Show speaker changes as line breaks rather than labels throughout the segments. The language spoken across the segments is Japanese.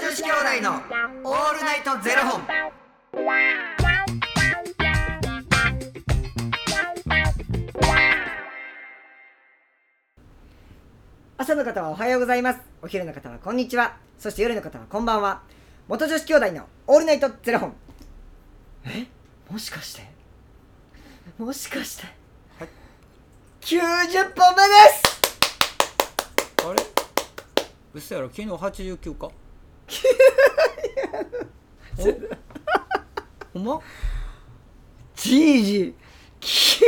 子兄弟のオールナイトゼロ本。
朝の方はおはようございますお昼の方はこんにちはそして夜の方はこんばんは元女子兄弟のオールナイトゼロ本えもしかしてもしかして、90本目です
あれ嘘やろ昨日89か おほんま
じいじき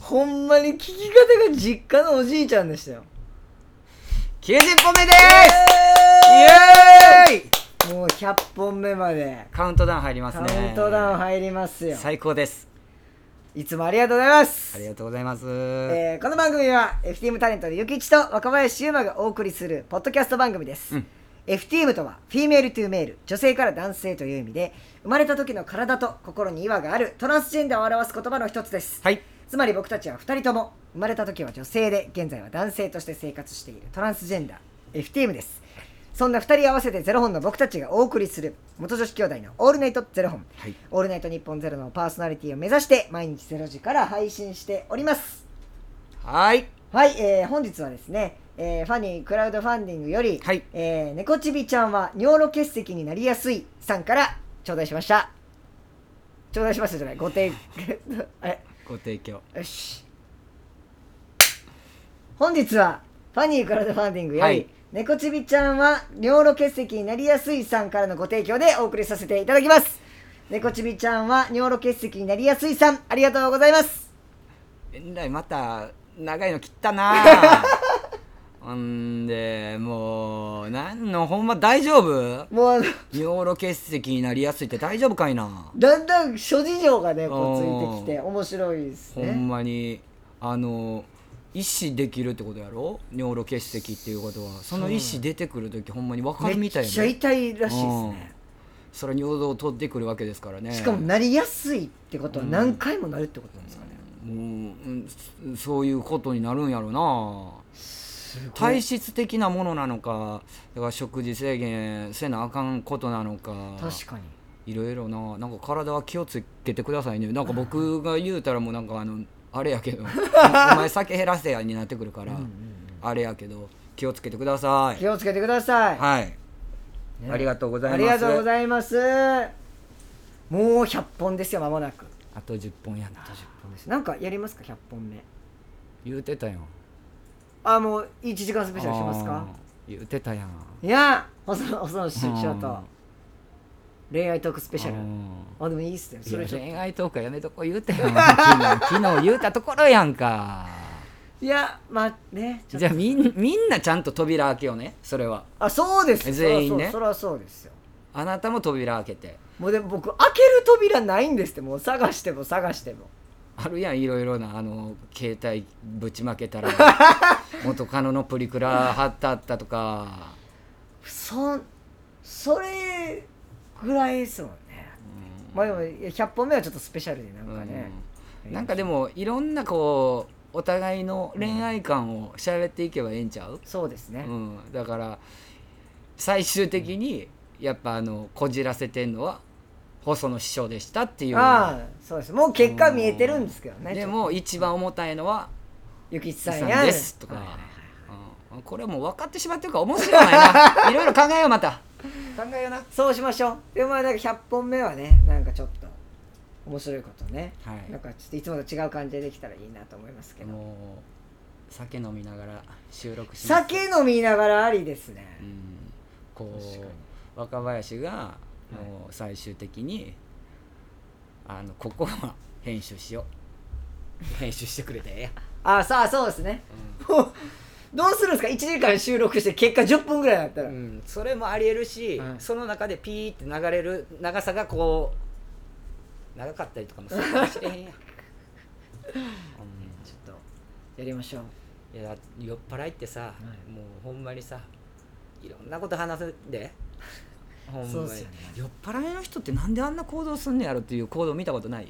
ほんまに聞き方が実家のおじいちゃんでしたよ
90本目
イ
ですイ
エ
エーイ
ーイもう100本目まで
カウントダウン入ります
カウ
ね
ントダウン入りますよ
最高です
いつもありがとうございます
ありがとうございます、
えーこの番組は FTM タレントのゆきちと若林優馬がお送りするポッドキャスト番組です、
うん
FTM とはフィメールトゥーメール女性から男性という意味で生まれた時の体と心に違和があるトランスジェンダーを表す言葉の一つです、
はい
つまり僕たちは2人とも生まれた時は女性で現在は男性として生活しているトランスジェンダー FTM ですそんな2人合わせてゼロ本の僕たちがお送りする元女子兄弟の「オールナイトゼロ本」
はい
オールナイト日本ゼロのパーソナリティを目指して毎日ゼロ時から配信しております
はい
はい、えー本日はですね、えーファニークラウドファンディングより、
はい
えー猫ちびちゃんは尿路結石になりやすいさんから頂戴しました頂戴しましたじゃないご 提あれ
ご提供
よし本日はファニークラウドファンディングより、
はい
猫ちびちゃんは尿路結石になりやすいさんからのご提供でお送りさせていただきます猫ちびちゃんは尿路結石になりやすいさんありがとうございます
えらいまた長いの切っ たなほんでもうなんのほんま大丈夫
もうあの
尿路結石になりやすいって大丈夫かいな
だんだん諸事情がねこうついてきて面白いです
ほん
ね
まにあの意思できるってことやろ尿路結石っていうことはその意思出てくる時ほんまに分かる
め
み
った
いね
ちゃ痛いらしいです
うん
ね
それは尿道を取ってくるわけですからね
しかもなりやすいってことは何回もなるってことなんですかね、
もううんそういうことになるんやろな体質的なものなのかだから食事制限せなあかんことなのか
確かに
いろいろななんか体は気をつけてくださいねなんか僕が言うたらもうなんかあのあれや けどお前酒減らせやになってくるから、あれやけど気をつけてください
気をつけてください
はい、
ね
ありがとうござい
あ
ます
りがとうございます。もう100本ですよ、間もなく。
あと10本やな
なんかやりますか、100本目。
言うてたやん
あ、もう1時間スペシャルしますか
あー言うてたやん
いや、細野細野師匠
う
と
ん
恋愛トークスペシャ
う
ル。
ん
あ、でもいいっすね。
い
そ
や
れちょっ
恋愛トークはやめとこう言うたやん昨日昨日言うたところやんか
といや、まあね、ちょっ
じゃあみんみんなちゃんと扉開けようねそれは
と。あ、そうですよ
全員ね
そりゃそうそらそうですよ。
あなたも扉開けて
もうでも僕、開ける扉ないんですって、もう探しても探しても。
あるやんいろいろなあの携帯ぶちまけたら 元カノのプリクラ貼ってあったとか
そんそれぐらいですもんね、まあでもいや100本目はちょっとスペシャルでなんかね、
うんなんかでもいろんなこうお互いの恋愛観を喋っていけばええんちゃう、
そうですね、
うん、だから最終的にやっぱあのこじらせてんのは細野師匠でしたっていう
ああそうですもう結果見えてるんですけどね
でも一番重たいのは
ゆきち
「さ
さんや
んです」とか、うんこれはもう分かってしまってるから面白いない ないろいろ考えようまた考えような
そうしましょうでもまあなんか100本目はねなんかちょっと面白いことね、
はい
なんかちょっといつもと違う感じでできたらいいなと思いますけど
もう酒飲みながら収録します
酒飲みながらありですね、
うんこ
確かに
う若林がもう最終的に、あのここは編集しよ う編集してくれてええやん
ああさあそうですね、もうどうするんですか1時間収録して結果10分ぐらいだったら、
うん、それもありえるし、
はい
その中でピーって流れる長さがこう長かったりとかもす るかもしれへんやん、
ちょっとやりましょ う
うんいや酔っ払いってさ、
い
もうほんまにさいろんなこと話すで ほんまに
そうっすよね
酔っ払いの人ってなんであんな行動すんねやろっていう行動見たことない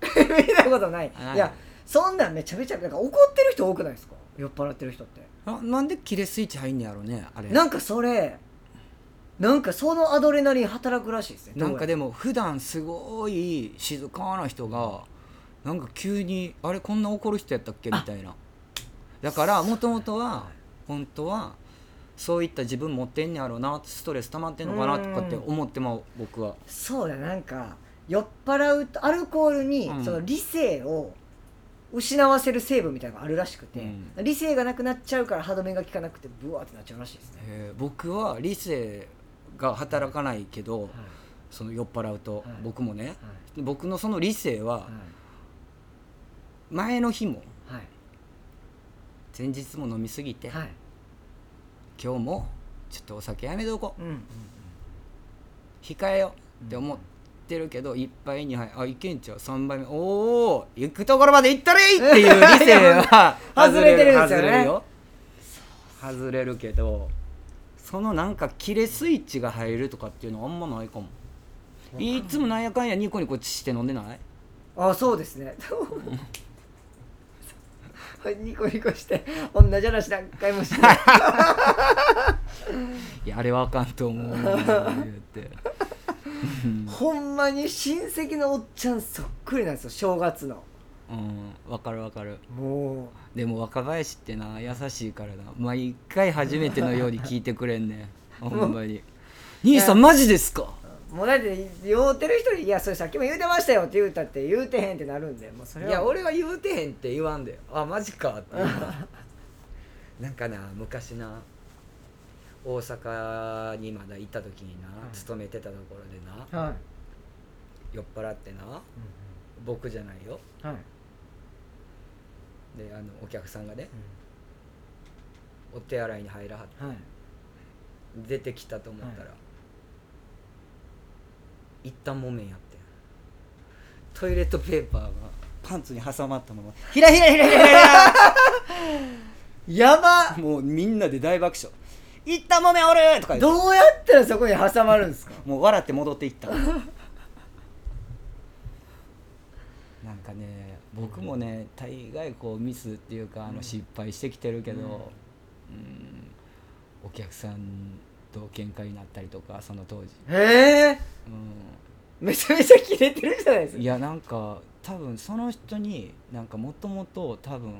見たことない
はい
いやそんなんめちゃめちゃなんか怒ってる人多くないですか酔っ払ってる人って
ななんでキレスイッチ入んねやろねあれ
なんかそれなんかそのアドレナリン働くらしいですね
なんか
で
でも普段すごい静かな人がなんか急にあれこんな怒る人やったっけみたいなだからもともとは本当はそういった自分持ってんねやろうなストレス溜まってんのかなとかって思ってまう僕は
そうだなんか酔っ払うとアルコールに
うん
その理性を失わせる成分みたいなのがあるらしくて、
う
理性がなくなっちゃうから歯止めが効かなくてブワーってなっちゃうらしいですね、
えー僕は理性が働かないけど
はい
その酔っ払うと
はい
僕もね
は
僕のその理性はい前の日も
はい
前日も飲みすぎて
はいはい
今日もちょっとお酒やめとこう
うんうん
控えようって思ってるけど1杯2杯あいけんちゃう3杯目おお行くところまで行ったれいっていう理性は
外れてるんですよね
外れる外れるけどそのなんかキレスイッチが入るとかっていうのはあんまないかもいつもなんやかんやニコニコして飲んでない
あそうですね ニコニコして同じ話何回もして
いやあれはあかんと思 う言うて
ほんまに親戚のおっちゃんそっくりなんですよ正月の
うんわかるわかる
も
でも若林ってな優しいからな毎回初めてのように聞いてくれんね んほんまに「兄さんマジですか?
うもうだって酔うてる人に「いやそれさっきも言うてましたよ」って言うたって言うてへんってなるんでもう」それは
俺は言うてへん」って言わんで「あマジか」って言う たなんかな昔な大阪にまだ行った時にな
はい
勤めてたところでな
はい、
酔っ払ってな僕じゃないよ
はい、
であのお客さんがねお手洗いに入らはって
はい
出てきたと思ったら、
は
一旦もめんやってんトイレットペーパーがパンツに挟まったまま
ひらひらひらひら ひらやば
もうみんなで大爆笑「一旦もめんおる!」とか言って
どうやったらそこに挟まるんですか
もう笑って戻っていったなんかね僕もね大概こうミスっていうかあの失敗してきてるけど、うんお客さんと喧嘩になったりとかその当時、
へえ
うん、
めちゃめちゃキレてるじゃないですか
いやなんか多分その人になんかもともと多分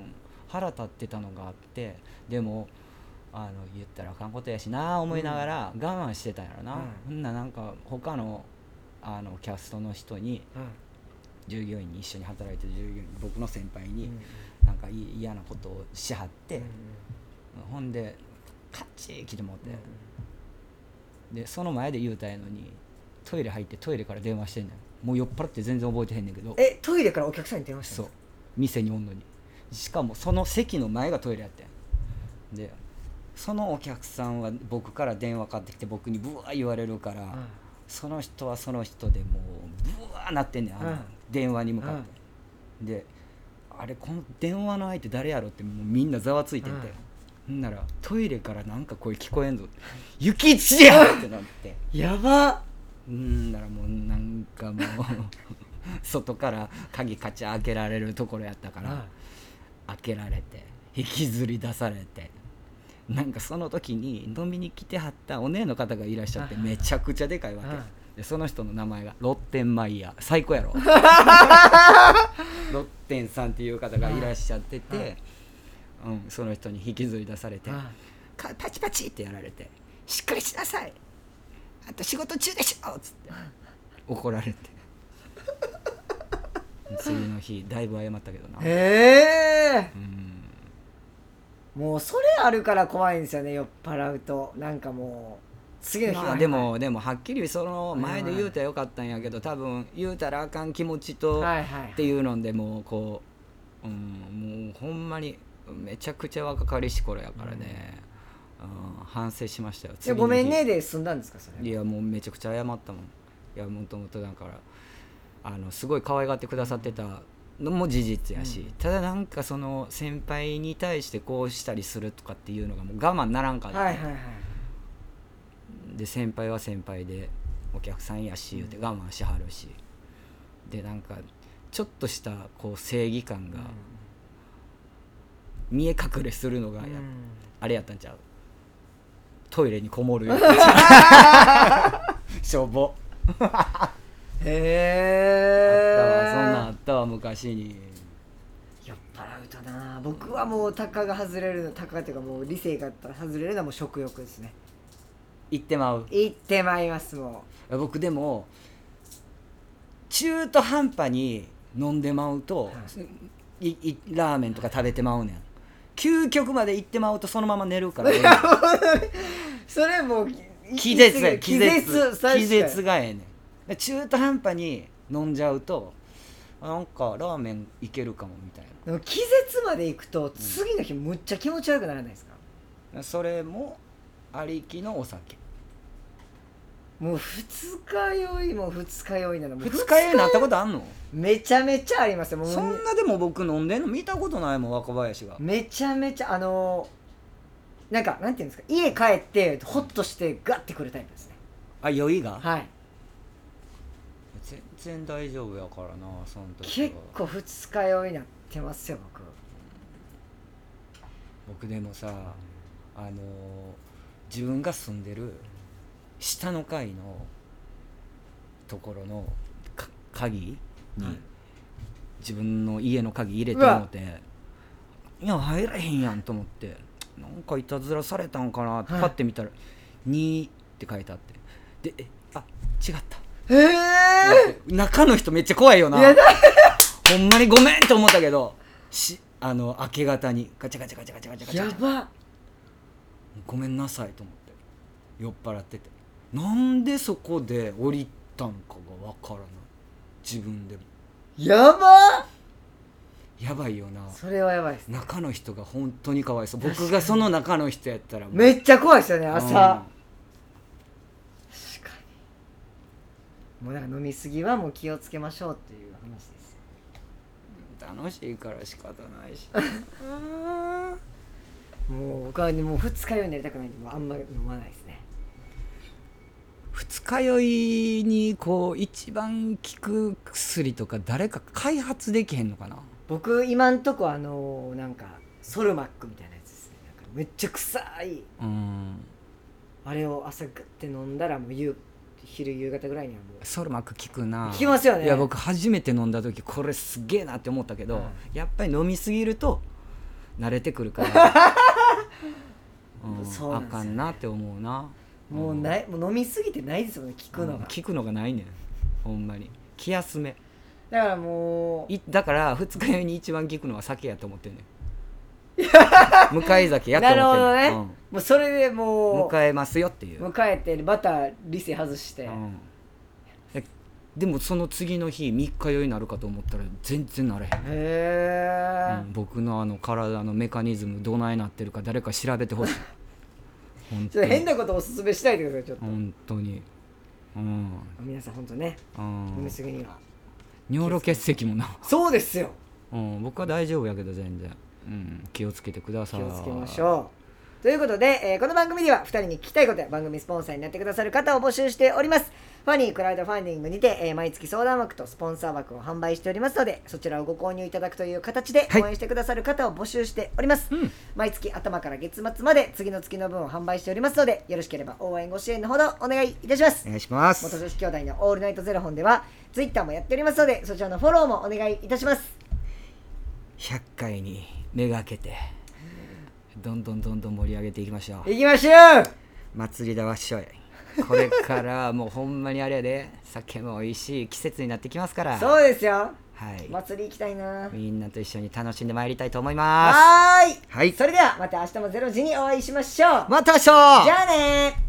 腹立ってたのがあってでもあの言ったらあかんことやしな思いながら我慢してたんやろな、
うん
ほんななんか他のあのキャストの人に従業員に一緒に働いてる従業員僕の先輩になんかい嫌なことをしはって、ほんでカッチー来てもって、でその前で言うたんやのにトイレ入ってトイレから電話してんねんもう酔っ払って全然覚えてへんねんけど
えトイレからお客さんに電話した
そ
ん
う
ですか
店におんのにしかもその席の前がトイレやってんでそのお客さんは僕から電話かかってきて僕にブワー言われるから、
うん
その人はその人でもうブワーなってんねんあの、
うん
電話に向かって、であれこの電話の相手誰やろってもうみんなざわついてて、
うん
ほんならトイレからなんか声聞こえんぞ「ゆきちや!」ってなって。
やば
うんならもうなんかもう外から鍵カチャ開けられるところやったから、開けられて引きずり出されてなんかその時に飲みに来てはったお姉の方がいらっしゃって
はい
めちゃくちゃでかいわけ、
はい
でその人の名前がロッテンマイヤー最高や ろロッテンさんっていう方がいらっしゃってて、
はい
うん、その人に引きずり出されて、
はい
かパチパチってやられて「しっかりしなさいあと仕事中でしょ!」っつって怒られて 次の日だいぶ謝ったけどな
へえ
うん
もうそれあるから怖いんですよね酔っ払うとなんかもう次の日
まあでもでもはっきりその前で言うたらよかったんやけど多分言うたらあかん気持ちと
はいはい
っていうのでもうこう、うん、もうほんまにめちゃくちゃ若かりし頃やからね、うん反省しました
い
よ
や
次の日
ごめんねで済んだんですかそれ
いやもうめちゃくちゃ謝ったもんいやもともとだからあのすごい可愛がってくださってたのも事実やし、
うん
ただなんかその先輩に対してこうしたりするとかっていうのがもう我慢ならんかった、
はいはいはい
で先輩は先輩でお客さんやし言うて我慢しはるしでなんかちょっとしたこう正義感が見え隠れするのがやっ
うん
あれやったんちゃうトイレにこも るよしょぼ
へ
あった
え
わそんなんあったわ昔に
酔っ払うとな僕はもうタカが外れるのタカっていうかもう理性が外れるのはもう食欲ですね
行ってまう
行ってまいりますも
僕でも中途半端に飲んでまうと、
はい
いラーメンとか食べてまうねん究極まで行ってまうとそのまま寝るか
う
ら
いやもうそれもう
気絶や
気
気
絶
絶気絶
が
がええねんで中途半端に飲んじゃうとなんかラーメンいけるかもみたい
でも気絶まで行くと次の日むっちゃ気持ち悪くならないですか、
なそれもありきのお酒
もう二日酔いも二日酔いなのもう
二日酔いになったことあんの
めちゃめちゃありますよもう
そんなでも僕飲んでんの見たことないもん若林が
めちゃめちゃあのーなんかなんていうんですか家帰ってホッとしてガッてくるタイプですね
あ酔いが
はい
全然大丈夫やからなその時は
結構二日酔いになってますよ僕
僕でもさあのー自分が住んでる下の階のところのか鍵に、
はい
自分の家の鍵入れて
うわ
もうていや入らへんやんと思ってなんかいたずらされたんかなって
はい
パッて見たら「2」って書いてあってでえあ違った
ええ
中の人めっちゃ怖いよない
やだ
ほんまにごめんって思ったけどしあの明け方にガチャガチャガチャガチャガチャガチャ
やば
ごめんなさいと思って酔っ払っててなんでそこで降りたんかがわからない自分でも
やば
やばいよな
それはやばいです
中の人が本当にかわいそう僕がその中の人やったら
め
ち
っちゃ怖いですよね朝、確かにもうなんか飲みすぎはもう気をつけましょうっていう話ですよ
楽しいから仕方ないし
もう僕はねもう二日酔いになりたくないんでもうあんまり飲まないですね
二日酔いにこう一番効く薬とか誰か開発できへんのかな
僕今んとこあのなんかソルマックみたいなやつですねなんかめっちゃ臭い
うん
あれを朝グッて飲んだらもう夕昼夕方ぐらいにはもう
ソルマック効くな
効きますよね
いや僕初めて飲んだ時これすげえなって思ったけ
う
ど、
ん
やっぱり飲みすぎると慣れてく るから、うん
そうなん
あ
ですよ
かんなって思うな
もうない、もう飲みすぎてないですもんね聞く
効
のが、
効くのがないねんほんまに気休め
だからもう
いだから二日酔いに一番効くのは酒やと思ってんね ん向かい酒やと
なる
思っ
ほど
て
ね、
んねん、
もうそれで
うん
もう
迎えますよっていう
迎えてまた理性外して、
うんえでもその次の日三日酔いになるかと思ったら全然なれへん
へえ、
うん僕のあの体のメカニズムどないなってるか誰か調べて ほしい本
ちょっと変なことをおすすめしないでくださいちょっと、
本当にうん、
皆さん本当ね
う
飲み
ん、
すぎには
尿路結石もな、
そうですよ
うん、僕は大丈夫やけど全然、うん、気をつけてくださ
気
い
をつけましょうということで、えーこの番組では2人に聞きたいことや番組スポンサーになってくださる方を募集しておりますファニークラウドファンディングにて、えー毎月相談枠とスポンサー枠を販売しておりますのでそちらをご購入いただくという形で
はい
応援してくださる方を募集しております、
うん
毎月頭から月末まで次の月の分を販売しておりますのでよろしければ応援ご支援のほどお願いいたします
お願いしま
元
す
女子兄弟のオールナイトゼロ本ではツイッターもやっておりますのでそちらのフォローもお願いいたします
100回に目がけてどんどんどんどん盛り上げていきましょう
いきましょう
祭りだわっしょいこれからもうほんまにあれやで酒も美味しい季節になってきますから
そうですよ
はい
祭り行きたいな
みんなと一緒に楽しんでまいりたいと思います
はーい
はい
それではまた明日もゼロ時にお会いしましょう
また明日
じゃあねー